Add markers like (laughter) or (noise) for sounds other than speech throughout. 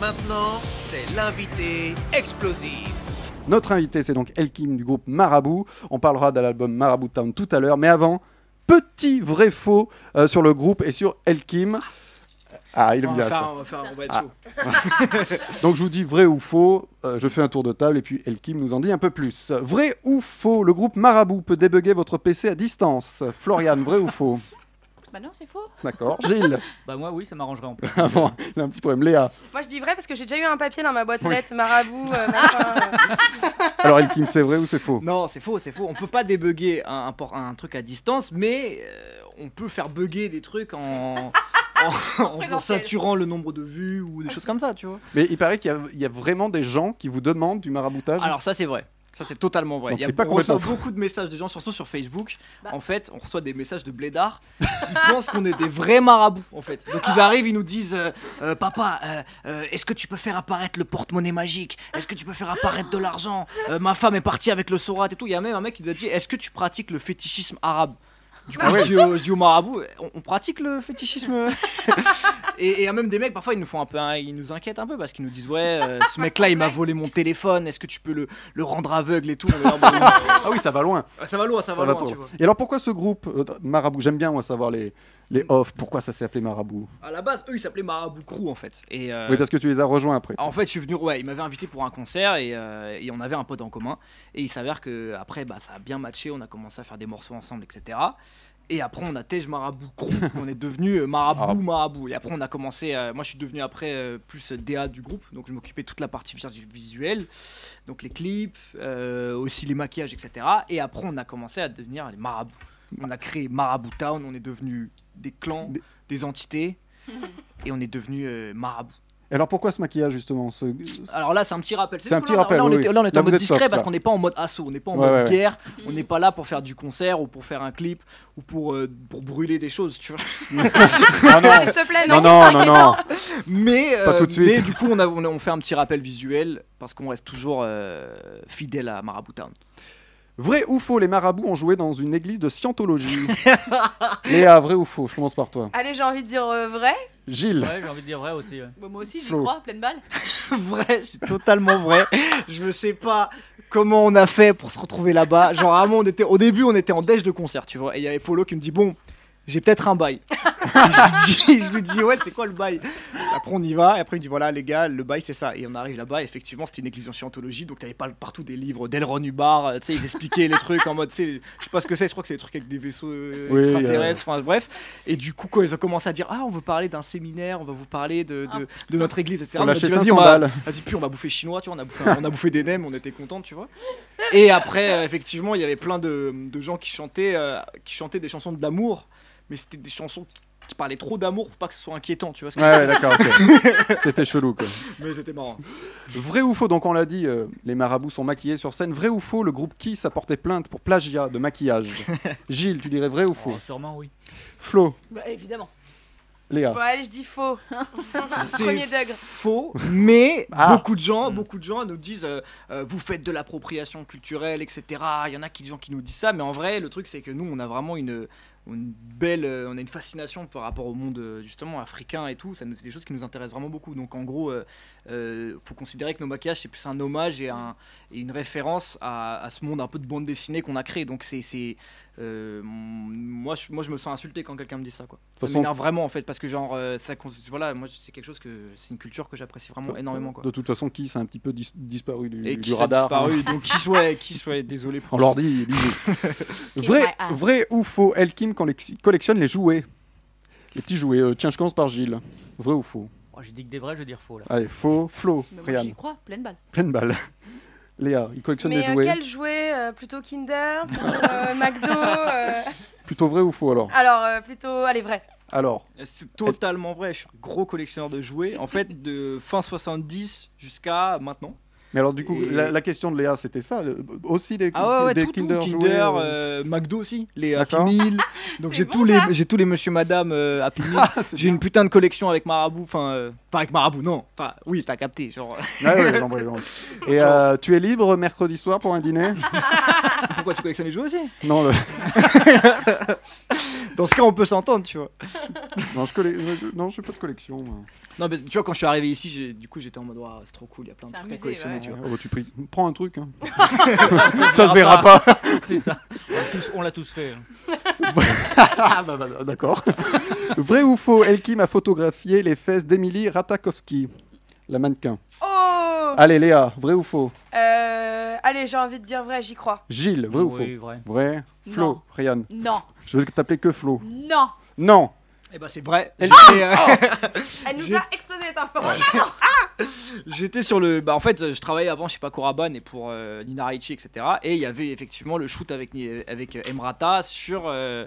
maintenant, c'est l'invité explosif. Notre invité, c'est donc Elkim du groupe Marabout. On parlera de l'album Marabout Town tout à l'heure, mais avant, petit vrai faux euh, sur le groupe et sur Elkim. Ah, il aime On bien va, ça. faire, on va faire un rebat de Ah. chaud. Donc je vous dis vrai ou faux, euh, je fais un tour de table et puis Elkim nous en dit un peu plus. Vrai ou faux, le groupe Marabout peut débugger votre PC à distance. Florian, vrai ou faux Bah non, c'est faux. D'accord. Gilles, Bah moi oui, ça m'arrangerait en plus. Ah bon, il a un petit problème. Léa. Moi, je dis vrai parce que j'ai déjà eu un papier dans ma boîte aux Oui. lettres, marabout, (laughs) euh, Ah machin. euh. Alors Elkim, c'est vrai ou c'est faux (laughs) Non, c'est faux, c'est faux. On peut pas débugger un, un por- un truc à distance, mais euh, on peut faire bugger des trucs en, en- en- en présentiel. saturant le nombre de vues ou des choses comme ça, tu vois. Mais il paraît qu'il y a- il y, a vraiment des gens qui vous demandent du maraboutage. Alors ça, c'est vrai. Ça, c'est totalement vrai. Donc, Il y a- c'est pas on reçoit complètement beaucoup de messages des gens, surtout sur Facebook. Bah. En fait, on reçoit des messages de blédards. Ils (laughs) pensent qu'on est des vrais marabouts, en fait. Donc ils arrivent, ils nous disent euh, Euh, Papa, euh, euh, est-ce que tu peux faire apparaître le porte-monnaie magique Est-ce que tu peux faire apparaître de l'argent Euh, Ma femme est partie avec le sorat et tout. Il y a même un mec qui nous a dit Est-ce que tu pratiques le fétichisme arabe du coup, Ah je, ouais. dis au, je dis au marabout, on, on pratique le fétichisme euh, et, et il y a même des mecs, parfois, ils nous font un peu, un- ils nous inquiètent un peu parce qu'ils nous disent ouais, euh, ce mec-là, il m'a volé mon téléphone. Est-ce que tu peux le, le rendre aveugle et tout On est là, bon, Ah oui, ça va loin. ah, Ça va loin, ça, Ça va, va loin, trop tu loin. vois. Et alors pourquoi ce groupe euh, Marabout J'aime bien moi savoir les les off. Pourquoi ça s'est appelé Marabout À la base, eux, ils s'appelaient Marabout Crew en fait. Et euh, Oui, parce que tu les as rejoints après. en fait, je suis venu, ouais, ils m'avaient invité pour un concert et, euh, et on avait un pote en commun. Et il s'avère que après, bah, ça a bien matché. On a commencé à faire des morceaux ensemble, etc. Et après, on a Tej Marabout Crew. (laughs) on est devenu euh, Marabout Marabout. Et après, on a commencé. euh, moi, je suis devenu après euh, plus DA du groupe. Donc, je m'occupais de toute la partie visu- visuelle. Donc, les clips, euh, aussi les maquillages, etc. Et après, on a commencé à devenir les marabouts. On a créé Marabout Town. On est devenu des clans, Des- des entités. et on est devenu euh, Marabout. Et alors pourquoi ce maquillage justement ce- (laughs) Alors là, c'est un petit rappel. C'est un tout, petit là, on- rappel, Là, on oui, était, oui. là, on était Là, en vous mode êtes soft, discret parce là. qu'on n'est pas en mode assaut, on n'est pas en Ouais, mode ouais. guerre, on Mm. n'est pas là pour faire du concert ou pour faire un clip ou pour, euh, pour brûler des choses, tu vois. Ah S'il non te plaît, non non. non non non. Mais, euh, (laughs) Pas tout de suite. mais du coup, on, a, on, a- on fait un petit rappel visuel parce qu'on reste toujours euh, fidèle à Marabout Town. Vrai ou faux Les marabouts ont joué dans une église (laughs) de scientologie. Léa, vrai ou faux Je commence par toi. Allez, j'ai envie de dire euh, vrai. Gilles. Ouais, j'ai envie de dire vrai aussi. ouais. Bah moi aussi, j'y Flo. crois, pleine balle. (laughs) vrai, c'est totalement vrai. Je ne sais pas comment on a fait pour se retrouver là-bas. Genre, vraiment, on était, au début, on était en déj de concert, tu vois. Et il y avait Polo qui me dit Bon, j'ai peut-être un bail. Et je, lui dis, (laughs) je lui dis Ouais, c'est quoi le bail Après, on y va. Et après, il me dit Voilà, les gars, le bail, c'est ça. Et on arrive là-bas. Effectivement, c'était une église en scientologie. Donc, tu avais pas partout des livres d'Elron Hubbard. euh, Tu sais, ils expliquaient les trucs en mode tu sais, Je sais pas ce que c'est. Je crois que c'est des trucs avec des vaisseaux euh, Oui, extraterrestres. Enfin, bref. Et du coup, quand ils ont commencé à dire Ah, on veut parler d'un séminaire, on va vous parler de, de, de notre église, etc. On a On a lâché Ah, dit, Vas-y, 500 on va- balles. Vas-y, puis on va bouffer chinois, tu vois, on a bouffé, on a bouffé des nems, on était contents, tu vois. Et après, euh, effectivement, il y avait plein de, de gens qui chantaient, euh, qui chantaient des chansons de l'amour, mais c'était des chansons qui parlaient trop d'amour pour pas que ce soit inquiétant, tu vois. ce que- Ouais, ouais, d'accord. (laughs) ok. C'était chelou quoi. Mais c'était marrant. Vrai ou faux Donc on l'a dit, euh, les marabouts sont maquillés sur scène. Vrai ou faux Le groupe Kiss a porté plainte pour plagiat (laughs) de maquillage. Gilles, tu dirais vrai ou faux Oh, sûrement oui. Flo, Bah évidemment. Léa. Bon, allez, je (laughs) dis faux. (laughs) Premier C'est degré. faux, mais Ah. beaucoup de gens, Mm. beaucoup de gens nous disent euh, euh, vous faites de l'appropriation culturelle, etc. Il y en a qui, des gens qui nous disent ça, mais en vrai, le truc c'est que nous, on a vraiment une, une belle, euh, on a une fascination par rapport au monde euh, justement africain et tout. Ça nous, c'est des choses qui nous intéressent vraiment beaucoup. Donc en gros, euh, euh, faut considérer que nos maquillages c'est plus un hommage et, un, et une référence à, à ce monde un peu de bande dessinée qu'on a créé. Donc c'est, c'est, euh, moi, je, moi, je me sens insulté quand quelqu'un me dit ça, quoi. Ça façon- m'énerve vraiment en fait parce que genre euh, ça cons- voilà moi c'est quelque chose que c'est une culture que j'apprécie vraiment Faut- énormément faut- quoi. De toute façon, Kiss a un petit peu dis- disparu du, Et du qui s'est radar. hein. disparu donc qui soit qui soit désolé On pour leur dit, (laughs) bisous. Kiss vrai, my ass. vrai ou faux Elkim collex- collectionne les jouets. Les petits jouets. Euh, tiens, je commence par Gilles. Vrai ou faux Oh, j'ai dit que des vrais, je vais dire faux là. (laughs) Allez, faux, Flo, Bah, moi Ryan, j'y crois, pleine balle. pleine balle. (laughs) Léa, il collectionne Mais les euh, jouets. quel jouet euh, Plutôt Kinder plutôt, euh, McDo euh, Plutôt vrai ou faux alors Alors, euh, plutôt. Allez, vrai. Alors, C'est totalement vrai, je suis un gros collectionneur de jouets en fait de fin 70 jusqu'à maintenant. mais alors du coup, Et- la, la question de Léa, c'était ça euh, Aussi des, Ah ouais, ouais des tout, tout, Kinder, Kinder, (laughs) jouets euh, euh, McDo aussi, les Happy D'accord. Meal. Donc C'est j'ai bon, tous les j'ai tous les monsieur madame euh, Happy Meal. (laughs) Ah, c'est j'ai une putain de collection avec Marabout enfin euh, enfin, avec Marabout non. Enfin oui, t'as capté genre (laughs) Ah ouais, j'en vois, j'en vois. Et euh, tu es libre mercredi soir pour un dîner pourquoi tu collectionnes les jouets aussi Non, le- Dans ce cas, on peut s'entendre, tu vois. Non, je collais- je- non, je fais pas de collection. moi. Non, mais tu vois, quand je suis arrivé ici, j'ai- du coup, j'étais en mode, Ouah, c'est trop cool, il y a plein de C'est un trucs à musée, collectionner, ouais. tu vois. Ah bah, tu pries- prends un truc. hein. ça se verra pas. C'est ça. On l'a tous- On l'a tous fait. hein. Ah, bah, bah, D'accord. Vrai ou faux, Elkim a photographié les fesses d'Emily Ratakowski, la mannequin. Oh Allez Léa, vrai ou faux Euh, Allez, j'ai envie de dire vrai, j'y crois. Gilles, vrai ou Oui, faux vrai. Vrai. Flo, Non. Ryan. Non, Je veux t'appeler que Flo. non. Non. Et bah, c'est vrai. Elle- J'étais, euh, Elle nous J'ai- a explosé les tympans. euh, (laughs) J'étais sur le. Bah, en fait, je travaillais avant chez Paco Rabanne et pour euh, Nina Ricci, etc. Et il y avait effectivement le shoot avec, Ni- avec euh, Emrata sur euh,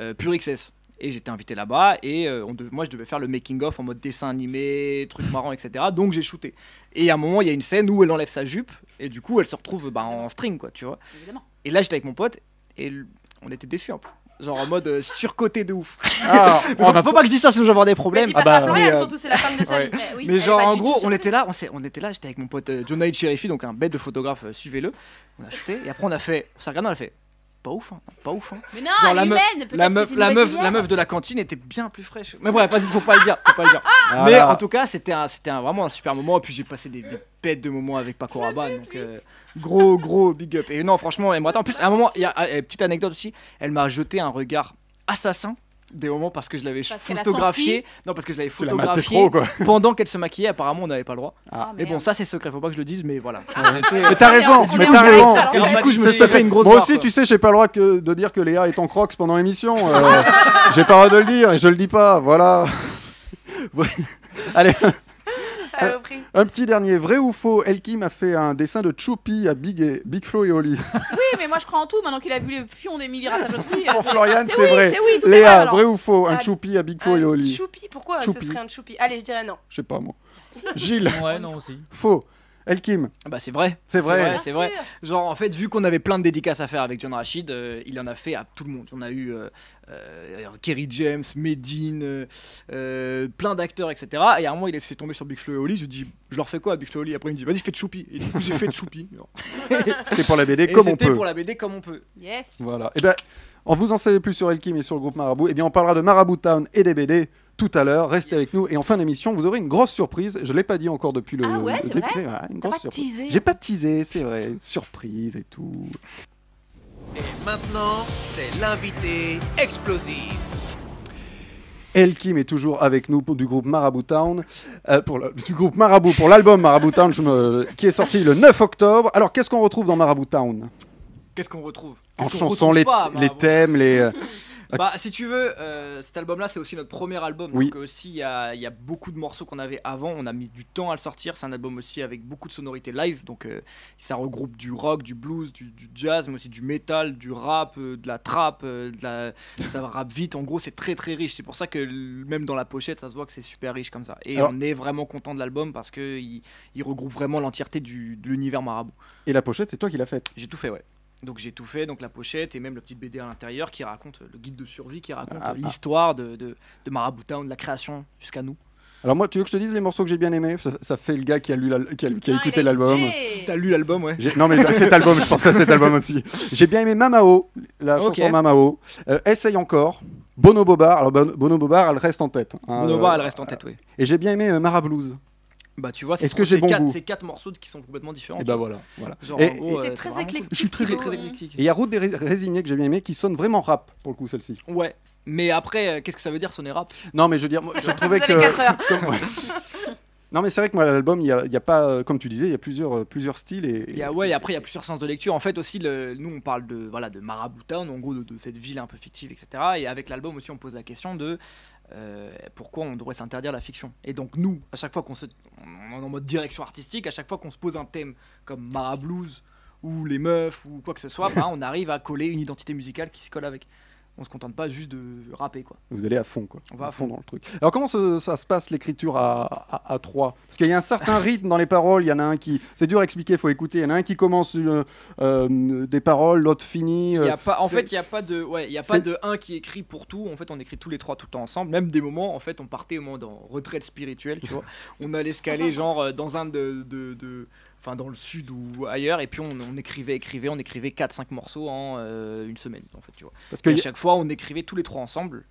euh, Pure XS. Et j'étais invité là-bas et euh, on dev- moi je devais faire le making-of en mode dessin animé, truc marrant, etc. Donc j'ai shooté. Et à un moment, il y a une scène où elle enlève sa jupe et du coup elle se retrouve bah, en string, quoi, tu vois. Évidemment. Et là, j'étais avec mon pote et l- on était déçus un peu. Genre en mode euh, surcoté de ouf. (laughs) Ah, on Genre, a- bah, faut pas que je dise ça, sinon je vais avoir des Mais problèmes. dis pas Ah ça à bah, Florian, mais, euh, surtout, c'est la femme de sa vie. Mais, oui, Mais elle genre est pas en du gros, tout on était là, on, s'est- on était là, j'étais avec mon pote euh, Jonah Cherifi, donc un bête de photographe, euh, suivez-le. On a shooté et après on a fait, on s'est regardé, on a fait pas ouf, hein, pas ouf. hein. surprise. Mais non, genre la la meuf- humaine, La meuf, la meuf, la meuf de la cantine était bien plus fraîche. Mais bref, vas-y, faut pas le dire, faut pas le dire. Ah Mais là. en tout cas, c'était un, c'était un- vraiment un super moment. Et puis j'ai passé des, des bêtes de moments avec Paco Rabanne, donc euh, gros, gros big up. Et non, franchement, elle me En plus, à un moment, il y a euh, petite anecdote aussi, elle m'a jeté un regard assassin. Des moments parce que je l'avais Parce qu'elle a photographié. Non, parce que je l'avais tu l'as maté photographié trop (laughs) quoi. pendant qu'elle se maquillait. Apparemment, on n'avait pas le droit. Mais bon, ça ça c'est secret, faut pas que je le dise, mais voilà. Ah Mais t'as raison, on est mais en t'as direct, raison. alors. Et du coup, je me suis C'est- fait une grosse Moi barre, aussi, quoi. tu sais, j'ai pas le droit que de dire que Léa est en crocs pendant l'émission. euh, j'ai pas le droit de le dire et je le dis pas, voilà. Allez, Ça a repris. un petit dernier. Vrai ou faux, Elkim a fait un dessin de Choupi à Big, et- Big Flo et (laughs) Oli. Oui, mais moi je crois en tout maintenant qu'il a vu les fions d'Emilie Ratajkowski. Pour Florian, c'est oui, vrai. C'est oui, tout est vrai. Léa, alors. vrai ou faux, un Ah, Choupi à Big Flo et Un Oli Euh, choupi, pourquoi Choupi. ce serait un choupi Allez, je dirais Euh, non. Je sais pas moi. Gilles, Ouais, non, aussi. faux. Elkim, Bah c'est vrai. c'est vrai. Ouais, c'est vrai. Bien sûr. Genre en fait, vu qu'on avait plein de dédicaces à faire avec John Rachid, euh, il en a fait à tout le monde. On a eu euh, euh, Kerry James, Medine, euh, euh, plein d'acteurs, etc. Et à un moment, il s'est tombé sur Big Flo et Oli. Je lui dis, je leur fais quoi à Big Flo et Oli Après, il me dit, vas-y, fais Choupi. Et du coup, j'ai fait Choupi. C'était pour la (laughs) BD Et comme on c'était peut. pour la BD comme on peut. Yes. Voilà. Et ben, on vous en savez plus sur Elkim et sur le groupe Marabout. Et bien, on parlera de Marabout Town et des BD tout à l'heure. Restez avec nous. Et en fin d'émission, vous aurez une grosse surprise. Je l'ai pas dit encore depuis le. Ah ouais, c'est le- vrai Ouais, une T'as grosse pas surprise. teasé. J'ai pas teasé, c'est vrai. Surprise et tout. Et maintenant, c'est l'invité explosif. Elkim est toujours avec nous pour- du groupe Marabout Town, euh, pour le- du groupe Marabout, pour l'album Marabout Town je me- qui est sorti le 9 octobre. Alors qu'est-ce qu'on retrouve dans Marabout Town Qu'est-ce qu'on retrouve En Qu'est-ce qu'on chanson, retrouve les, pas, les Marabout thèmes, les... euh, Bah, si tu veux, euh, cet album-là, c'est aussi notre premier album. Oui. Donc, euh, aussi, il y a, il y a beaucoup de morceaux qu'on avait avant. On a mis du temps à le sortir. C'est un album aussi avec beaucoup de sonorités live. Donc, euh, ça regroupe du rock, du blues, du, du jazz, mais aussi du metal, du rap, euh, de la trap, euh, de la... ça rappe vite. En gros, c'est très très riche. C'est pour ça que l- même dans la pochette, ça se voit que c'est super riche comme ça. Et Alors- on est vraiment content de l'album parce que il, il regroupe vraiment l'entièreté du- de l'univers marabout. Et la pochette, c'est toi qui l'as faite. J'ai tout fait, ouais. Donc j'ai tout fait, donc la pochette et même la petite BD à l'intérieur qui raconte euh, le guide de survie, qui raconte Ah, euh, l'histoire de, de, de Marabout Town, de la création jusqu'à nous. Alors moi, tu veux que je te dise les morceaux que j'ai bien aimés ça, ça fait le gars qui a, lu la- qui a, qui a Non, écouté il a l'album. écouté. Si t'as lu l'album, ouais. J'ai- Non mais cet album, je pensais à cet album aussi. J'ai bien aimé Mamao, la Ok. chanson Mamao. Euh, Essaye encore. Bono Bobard. Alors Bon- Bono Bobard, elle reste en tête. hein, Bonoba, euh, bah, elle reste en tête, oui. Et j'ai bien aimé euh, Marablues. Bah tu vois, c'est Est-ce que trop- j'ai c'est bon quatre, goût c'est quatre morceaux qui sont complètement différents. Et ben voilà, voilà. Genre, Et- en gros, T'es euh, c'est très vraiment éclectique. Je suis très cool. Thibaut, très hein. éclectique. Et il y a Route des Ré- Résignés que j'ai bien aimé, qui sonne vraiment rap pour le coup celle-ci. Ouais. Mais après, euh, qu'est-ce que ça veut dire sonner rap Non mais je veux dire, moi, je trouvais Ah, Vous que. avez 4 heures. comme- ouais. Non mais c'est vrai que moi l'album, il y a, il y a pas, euh, comme tu disais, il y a plusieurs, euh, plusieurs styles et. Il y a- ouais, et après, il y a plusieurs sens de lecture. En fait, aussi, le, nous, on parle de, voilà, de Marabout Town, en gros, de, de cette ville un peu fictive, etc. Et avec l'album aussi, on pose la question de euh, pourquoi on devrait s'interdire la fiction. Et donc, nous, à chaque fois qu'on se. On est en mode direction artistique, à chaque fois qu'on se pose un thème comme Marablues ou les meufs ou quoi que ce soit, (laughs) bah, on arrive à coller une identité musicale qui se colle avec. On se contente pas juste de rapper, quoi. Vous allez à fond, quoi. On va à à fond fond. dans le truc. Alors, comment se- ça, se passe l'écriture à, à, à trois Parce qu'il y a (laughs) un certain rythme dans les paroles. Il y en a un qui. C'est dur à expliquer, il faut écouter. Il y en a un qui commence euh, euh, des paroles, l'autre finit. Il euh, Y a pas, en c'est- fait, il n'y a pas de, ouais, il y a c'est- pas de un qui écrit pour tout. En fait, on écrit tous les trois tout le temps ensemble. Même des moments, en (laughs) fait, on partait au moment en retraite spirituelle, tu vois. on allait se caler genre euh, dans un de, de, de, enfin dans le sud ou ailleurs, et puis on, on écrivait, écrivait, on écrivait 4-5 morceaux en euh, une semaine, en fait, tu vois. Parce que Et à chaque fois, on écrivait tous les trois ensemble,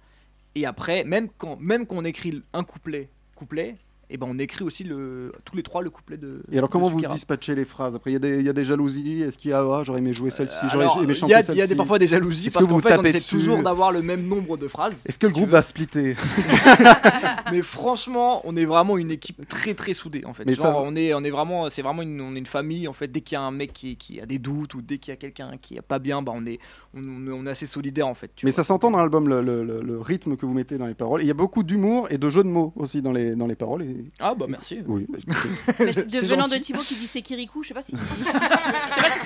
et après, même quand, même quand on écrit un couplet, couplet, et ben on écrit aussi le, tous les trois le couplet de. Et alors, de comment vous Shakira. dispatchez les phrases Après, il y, a des- il y a des jalousies. Est-ce qu'il y a ah, j'aurais aimé jouer celle-ci, j'aurais Euh, Alors, aimé Il chanter y a, celle-ci il y a des- parfois des jalousies Est-ce parce que vous qu'en fait on tapez essaie dessus toujours d'avoir le même nombre de phrases. Est-ce que le si tu groupe veux. va splitter (laughs) Mais franchement, on est vraiment une équipe très très soudée en fait. Mais Genre, ça- on est on est vraiment c'est vraiment une on est une famille en fait. Dès qu'il y a un mec qui, qui a des doutes ou dès qu'il y a quelqu'un qui est pas bien, bah on est on, on est- on est assez solidaire en fait. tu Mais vois. ça s'entend dans l'album, le, le- le- le rythme que vous mettez dans les paroles. Et Il y a beaucoup d'humour et de jeux de mots aussi dans les, dans les paroles. et- Ah bah merci. Oui, bah, écoutez, Mais de, C'est venant de gentil. Thibaut qui dit c'est Kirikou, je sais pas si.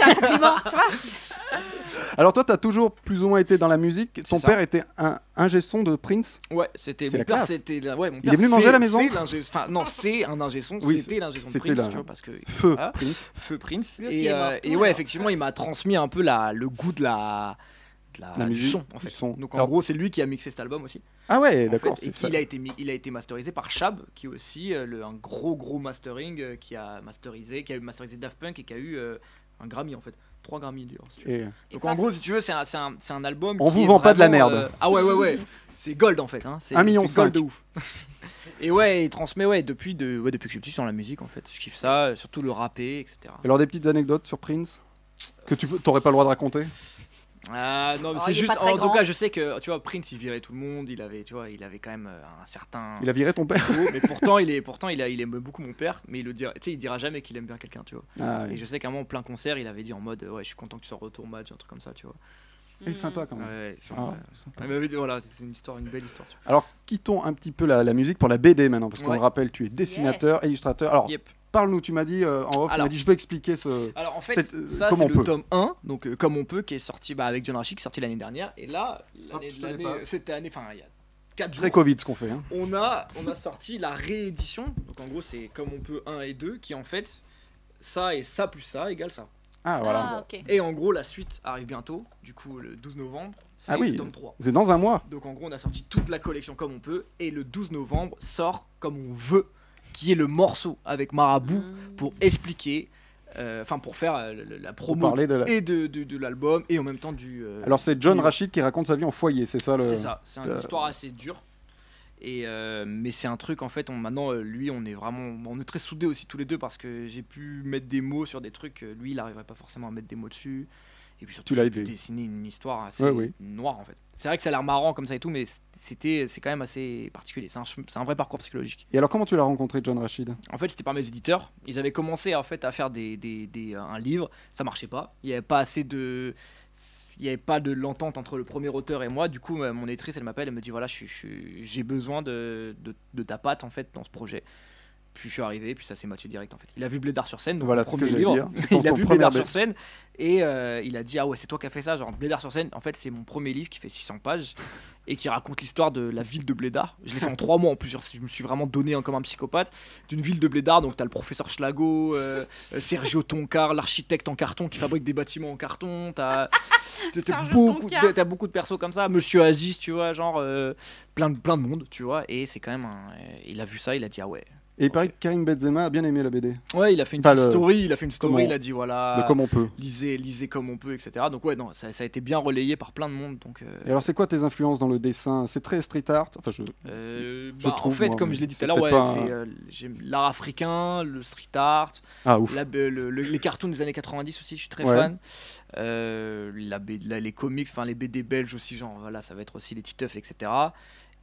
Compliment, tu vois (laughs) Alors toi, tu as toujours plus ou moins été dans la musique. Ton ça. père était un, un gestion de Prince. Ouais, c'était C'est mon la père, classe. c'était la- ouais, mon est père, venu manger à la c'est- maison c'est l'ingé- enfin, non, c'est un ingé son, Oui, c'était l'ingé son de c'était Prince, la- tu vois, parce que Feu Ah. Prince. Feu Prince. Lui aussi Et, est mort. euh, et Ouais, ouais, alors. effectivement, il m'a transmis un peu la, le goût de la, de la, La du musique, son. En du fait. son. Donc en Alors- gros, c'est lui qui a mixé cet album aussi. Ah ouais, en d'accord. fait, et c'est qu'il fa- a été mi- il a été masterisé par Chab, qui est aussi euh, le, un gros gros mastering euh, qui a masterisé, qui a eu masterisé Daft Punk et qui a eu euh, un Grammy en fait. Trois Grammy d'ailleurs. si tu veux. Et- Donc en gros, si tu veux, c'est un, c'est un, c'est un album. On qui vous est vend pas de la vraiment, merde. euh, Ah ouais, ouais, ouais. C'est gold en fait. Hein. C'est- Un million c'est gold cinq. de ouf. Et ouais, il transmet ouais, depuis, de, ouais, depuis que je suis petit sur la musique en fait. Je kiffe ça, euh, surtout le rapper, etc. Alors des petites anecdotes sur Prince que tu n'aurais pas le droit de raconter. Ah non, mais Oh, c'est il est juste. pas très En tout grand. cas, je sais que tu vois, Prince, il virait tout le monde. Il avait, tu vois, il avait quand même euh, un certain. Il a viré ton père. niveau, mais pourtant, il est, pourtant, il, a, il aime beaucoup mon père. Mais il le dira, tu sais, il dira jamais qu'il aime bien quelqu'un, tu vois. Ah, Et oui. je sais qu'à un moment, en plein concert, il avait dit en mode, euh, ouais, je suis content que tu sors retour au match, un truc comme ça, tu vois. Mmh. Et sympa quand même. Ouais, genre, Ah, ouais. sympa. Ouais, mais voilà, c'est c'est une histoire, une belle histoire. tu vois. Alors quittons un petit peu la, la musique pour la BD maintenant parce qu'on Ouais. le rappelle, tu es dessinateur, illustrateur. Alors Yep. parle-nous. Tu m'as dit euh, en off, tu m'as Alors. dit je peux expliquer ce. Alors en fait, C'est, euh, ça comme c'est on le peut. tome 1, donc euh, comme on peut, qui est sorti bah, avec John Rashi, qui est sorti l'année dernière. Et là, l'année- Ah, je te l'ai l'année- pas. cette année, enfin il y a 4 jours, Très Covid ce qu'on fait. hein. on a, on a sorti la réédition. Donc en gros, c'est comme on peut 1 et 2, qui en fait, ça et ça plus ça égale ça. Ah voilà. Ah, ok. Et en gros, la suite arrive bientôt, du coup le 12 novembre, c'est Ah oui. le tome 3. C'est dans un mois. Donc en gros, on a sorti toute la collection comme on peut, et le 12 novembre sort comme on veut, qui est le morceau avec Marabout Mm. pour expliquer, euh, enfin pour faire euh, le- le- la Pour promo parler de la... et de, de, de l'album et en même temps du. euh, Alors c'est John Oui. Rachid qui raconte sa vie en foyer, c'est ça le. c'est ça, c'est une euh, histoire assez dure. Et euh, mais c'est un truc en fait, on, maintenant euh, lui on est vraiment, on est très soudés aussi tous les deux parce que j'ai pu mettre des mots sur des trucs, euh, lui il n'arriverait pas forcément à mettre des mots dessus. Et puis surtout, Tu l'as j'ai pu aidé. dessiner une histoire assez Ouais, oui. noire en fait. C'est vrai que ça a l'air marrant comme ça et tout, mais c'était, c'est quand même assez particulier. C'est un, chem- c'est un vrai parcours psychologique. Et alors comment tu l'as rencontré John Rachid En fait, c'était par mes éditeurs. Ils avaient commencé en fait à faire des, des- des- euh, un livre. Ça marchait pas. Il n'y avait pas assez de, il n'y avait pas de l'entente entre le premier auteur et moi. Du coup, euh, mon éditrice, elle m'appelle, elle me dit voilà, je suis- je suis- j'ai besoin de, de, de ta patte en fait dans ce projet. Puis je suis arrivé, puis ça s'est matché direct en fait. Il a vu Blédard sur scène, donc Voilà mon ce que premier j'allais livre. dire. C'est (laughs) ton- Il a ton vu premier Blédard bête. sur scène et euh, il a dit ah ouais c'est toi qui as fait ça genre Blédard sur scène en fait c'est mon premier livre qui fait 600 pages et qui raconte l'histoire de la ville de Blédard je l'ai fait en trois mois en plus genre, je me suis vraiment donné hein, comme un psychopathe d'une ville de Blédard donc t'as le professeur Schlago euh, euh, Sergio Toncar l'architecte en carton qui fabrique des bâtiments en carton t'as t'as- t'as Sergio beaucoup Toncar. de, t'as beaucoup de persos comme ça Monsieur Aziz tu vois genre euh, plein de plein de monde tu vois et c'est quand même un- il a vu ça il a dit ah ouais Et il paraît que Karim Benzema a bien aimé la BD. ouais il a fait une Pas petite le- story il a fait une story comment- il a dit voilà De comme on peut. lisez, lisez comme on peut, etc. Donc ouais, non, ça, ça a été bien relayé par plein de monde. Donc, euh, Et alors c'est quoi tes influences dans le dessin C'est très street art. Enfin je. euh, je bah, trouve, en fait, moi, comme mais je l'ai dit c'est tout à l'heure, ouais, peut-être pas un- c'est euh, j'aime l'art africain, le street art, Ah ouf. la- euh, le- le- les cartoons des années 90 aussi, je suis très Ouais. fan. Euh, la, B- la- les comics, enfin les BD belges aussi, genre voilà, ça va être aussi les Titeuf, etc.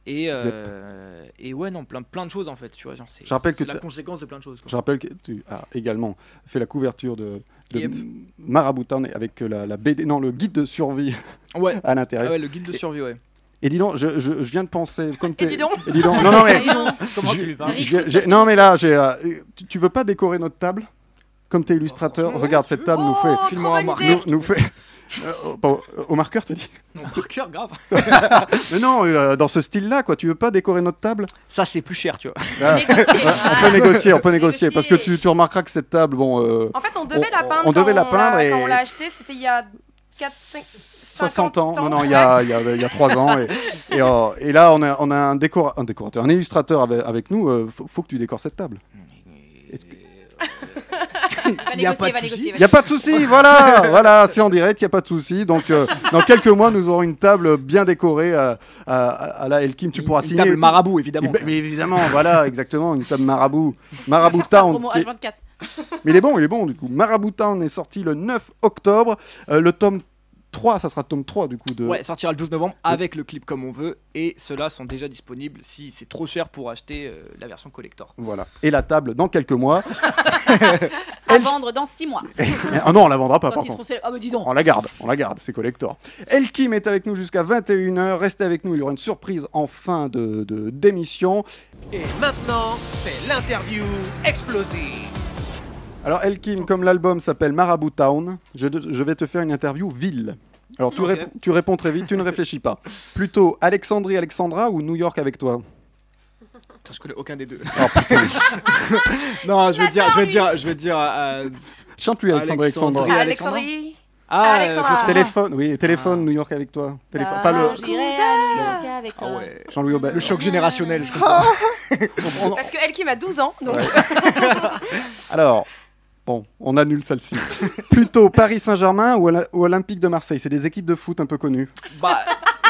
Et, euh, et ouais, non, plein, plein de choses en fait, tu vois. Genre, c'est Je rappelle que c'est la t'as- conséquence de plein de choses. quoi. Je rappelle que tu as également fait la couverture de, de Yep. Marabout Town avec la, la BD, non le guide de survie Ouais, à ah l'intérieur. ouais, le guide de survie, ouais. Et dis donc, je, je- je viens de penser comme Et t'es- dis donc Et dis donc, non non mais. Et dis donc. Comment je- tu lui parles Rick, je- j'ai- non mais là, j'ai, euh, tu, tu veux pas décorer notre table comme t'es illustrateur franchement, Regarde tu cette veux. table nous fait. Oh, trop Filme-moi un bonne Marc. idée. Nous, nous fait. Euh, au- au, au marqueur, t'as dit Non, par cœur, grave. Mais non, euh, dans ce style-là, quoi. Tu veux pas décorer notre table Ça, c'est plus cher, tu vois. Ah. Négocier. On peut négocier, on peut (laughs) négocier, Négocier. parce que tu, tu remarqueras que cette table, bon, euh, En fait, on devait On- la on- peindre. on devait quand la peindre l'a- et- Quand on l'a acheté, c'était il y a 4, 5, 60 ans, non, non, ouais. il y a, il y, a, il y a 3 ans. Et, et, euh, et là, on a, on a un, décor, un (laughs) décorateur, un illustrateur avec, avec nous. euh, faut, faut que tu décores cette table. Mais- Est-ce Va Y a pas négocier, de va souci. négocier. va Il n'y a pas de souci, voilà, voilà, c'est en direct, il n'y a pas de souci. Donc, euh, dans quelques mois, nous aurons une table bien décorée euh, à, à- à la Elkim. Tu pourras Une signer. table marabout, évidemment. Mais- Mais évidemment, voilà, exactement, une table marabout. Marabout négocier. Town. Promo qui est- H24. Mais il est bon, il est bon, du coup. Marabout Town est sorti le 9 octobre. Euh, le tome 3, ça sera tome 3, du coup. De... Ouais, sortira le 12 novembre avec le clip comme on veut et ceux-là sont déjà disponibles si c'est trop cher pour acheter euh, la version collector. Voilà. Et la table dans quelques mois. (laughs) À vendre dans 6 mois. ah non, on la vendra pas, Quand par ils contre. seront célèbres. Ah, mais dis donc. On la garde, on la garde, c'est collector. Elkim est avec nous jusqu'à 21h. Restez avec nous, il y aura une surprise en fin de de- d'émission. Et maintenant, c'est l'interview explosive. Alors Elkim, comme l'album s'appelle Marabout Town, je, de- je vais te faire une interview ville. Alors tu, Ok. répo- tu réponds très vite, tu ne réfléchis pas. Plutôt Alexandrie, Alexandra ou New York avec toi Putain, je connais aucun des deux. Oh (laughs) putain, non, je veux dire, je veux dire, je veux dire. euh, chante-lui Alexandrie, Alexandra. Alexandrie. Alexandrie. Ah, Alexandra. Claude- Téléphone, oui, téléphone Ah. New York avec toi. Téléphone, Bah, pas Ah, le j'ai- J'irai à America avec Ah toi. ouais. Jean-Louis Aubert. Le choc générationnel. Je comprends. On- on- Parce que elle qui a 12 ans, donc Ouais. Alors, bon, on annule celle-ci. (laughs) Plutôt Paris Saint-Germain ou, Ola- ou Olympique de Marseille. C'est des équipes de foot un peu connues. (laughs) bah,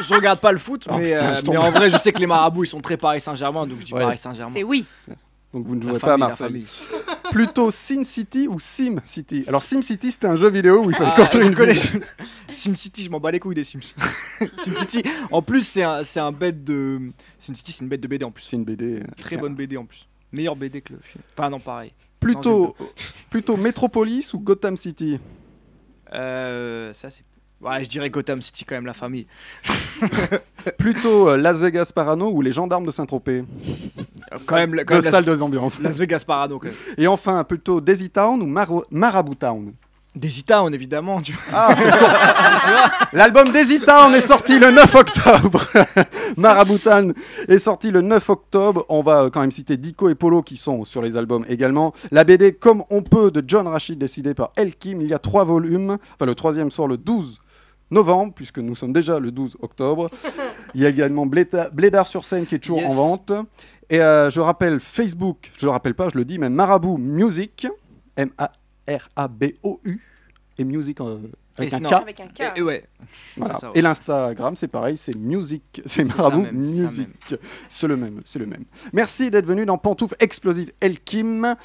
je regarde pas le foot, Oh, mais, putain, euh, je tombe. mais en vrai, je sais que les marabouts ils sont très Paris Saint-Germain, donc je dis Ouais. Paris Saint-Germain. C'est oui. Donc vous ne La jouez pas à famille, la Marseille. famille. (laughs) Plutôt Sin City ou Sim City. Alors Sim City, c'était un jeu vidéo où il fallait Ah, construire je une connais. ville. (laughs) Sin City, je m'en bats les couilles des Sims. (laughs) Sin City, en plus, c'est un, c'est un bête de. Sin City, c'est une bête de BD en plus. C'est une BD. euh, Très bonne BD en plus. Meilleure BD que le film. Enfin, non, pareil. Plutôt, plutôt Metropolis ou Gotham City Euh, ça, c'est. Ouais, je dirais Gotham City quand même, la famille. Plutôt euh, Las Vegas Parano ou les gendarmes de Saint-Tropez Euh, Quand même, la- quand Deux même la- salles, deux ambiances. Las Vegas Parano, quand même. Et enfin, plutôt Daisy Town ou Maro- Marabout Town Daisy Town, évidemment. Tu vois. Ah, c'est court. L'album Daisy Town est sorti le 9 octobre. (laughs) Marabout Town est sorti le 9 octobre. On va euh, quand même citer Dico et Polo qui sont sur les albums également. La BD Comme on peut de John Rachid décidée par Elkim. Il y a trois volumes. Enfin, le troisième sort le 12 novembre, puisque nous sommes déjà le 12 octobre. Il y a également Bléta- Blédard sur scène qui est toujours Yes. en vente. Et euh, je rappelle Facebook, je le rappelle pas, je le dis, mais Marabout Music, M-A-R-A-B-O-U, et Music euh, avec Et un non. K. avec un cœur. Et, et ouais. Voilà. C'est ça, ouais. Et l'Instagram, c'est pareil, c'est music, c'est ça marabout même, c'est ça music. C'est le même, c'est le même. Merci d'être venu dans Pantouf Explosive Elkim.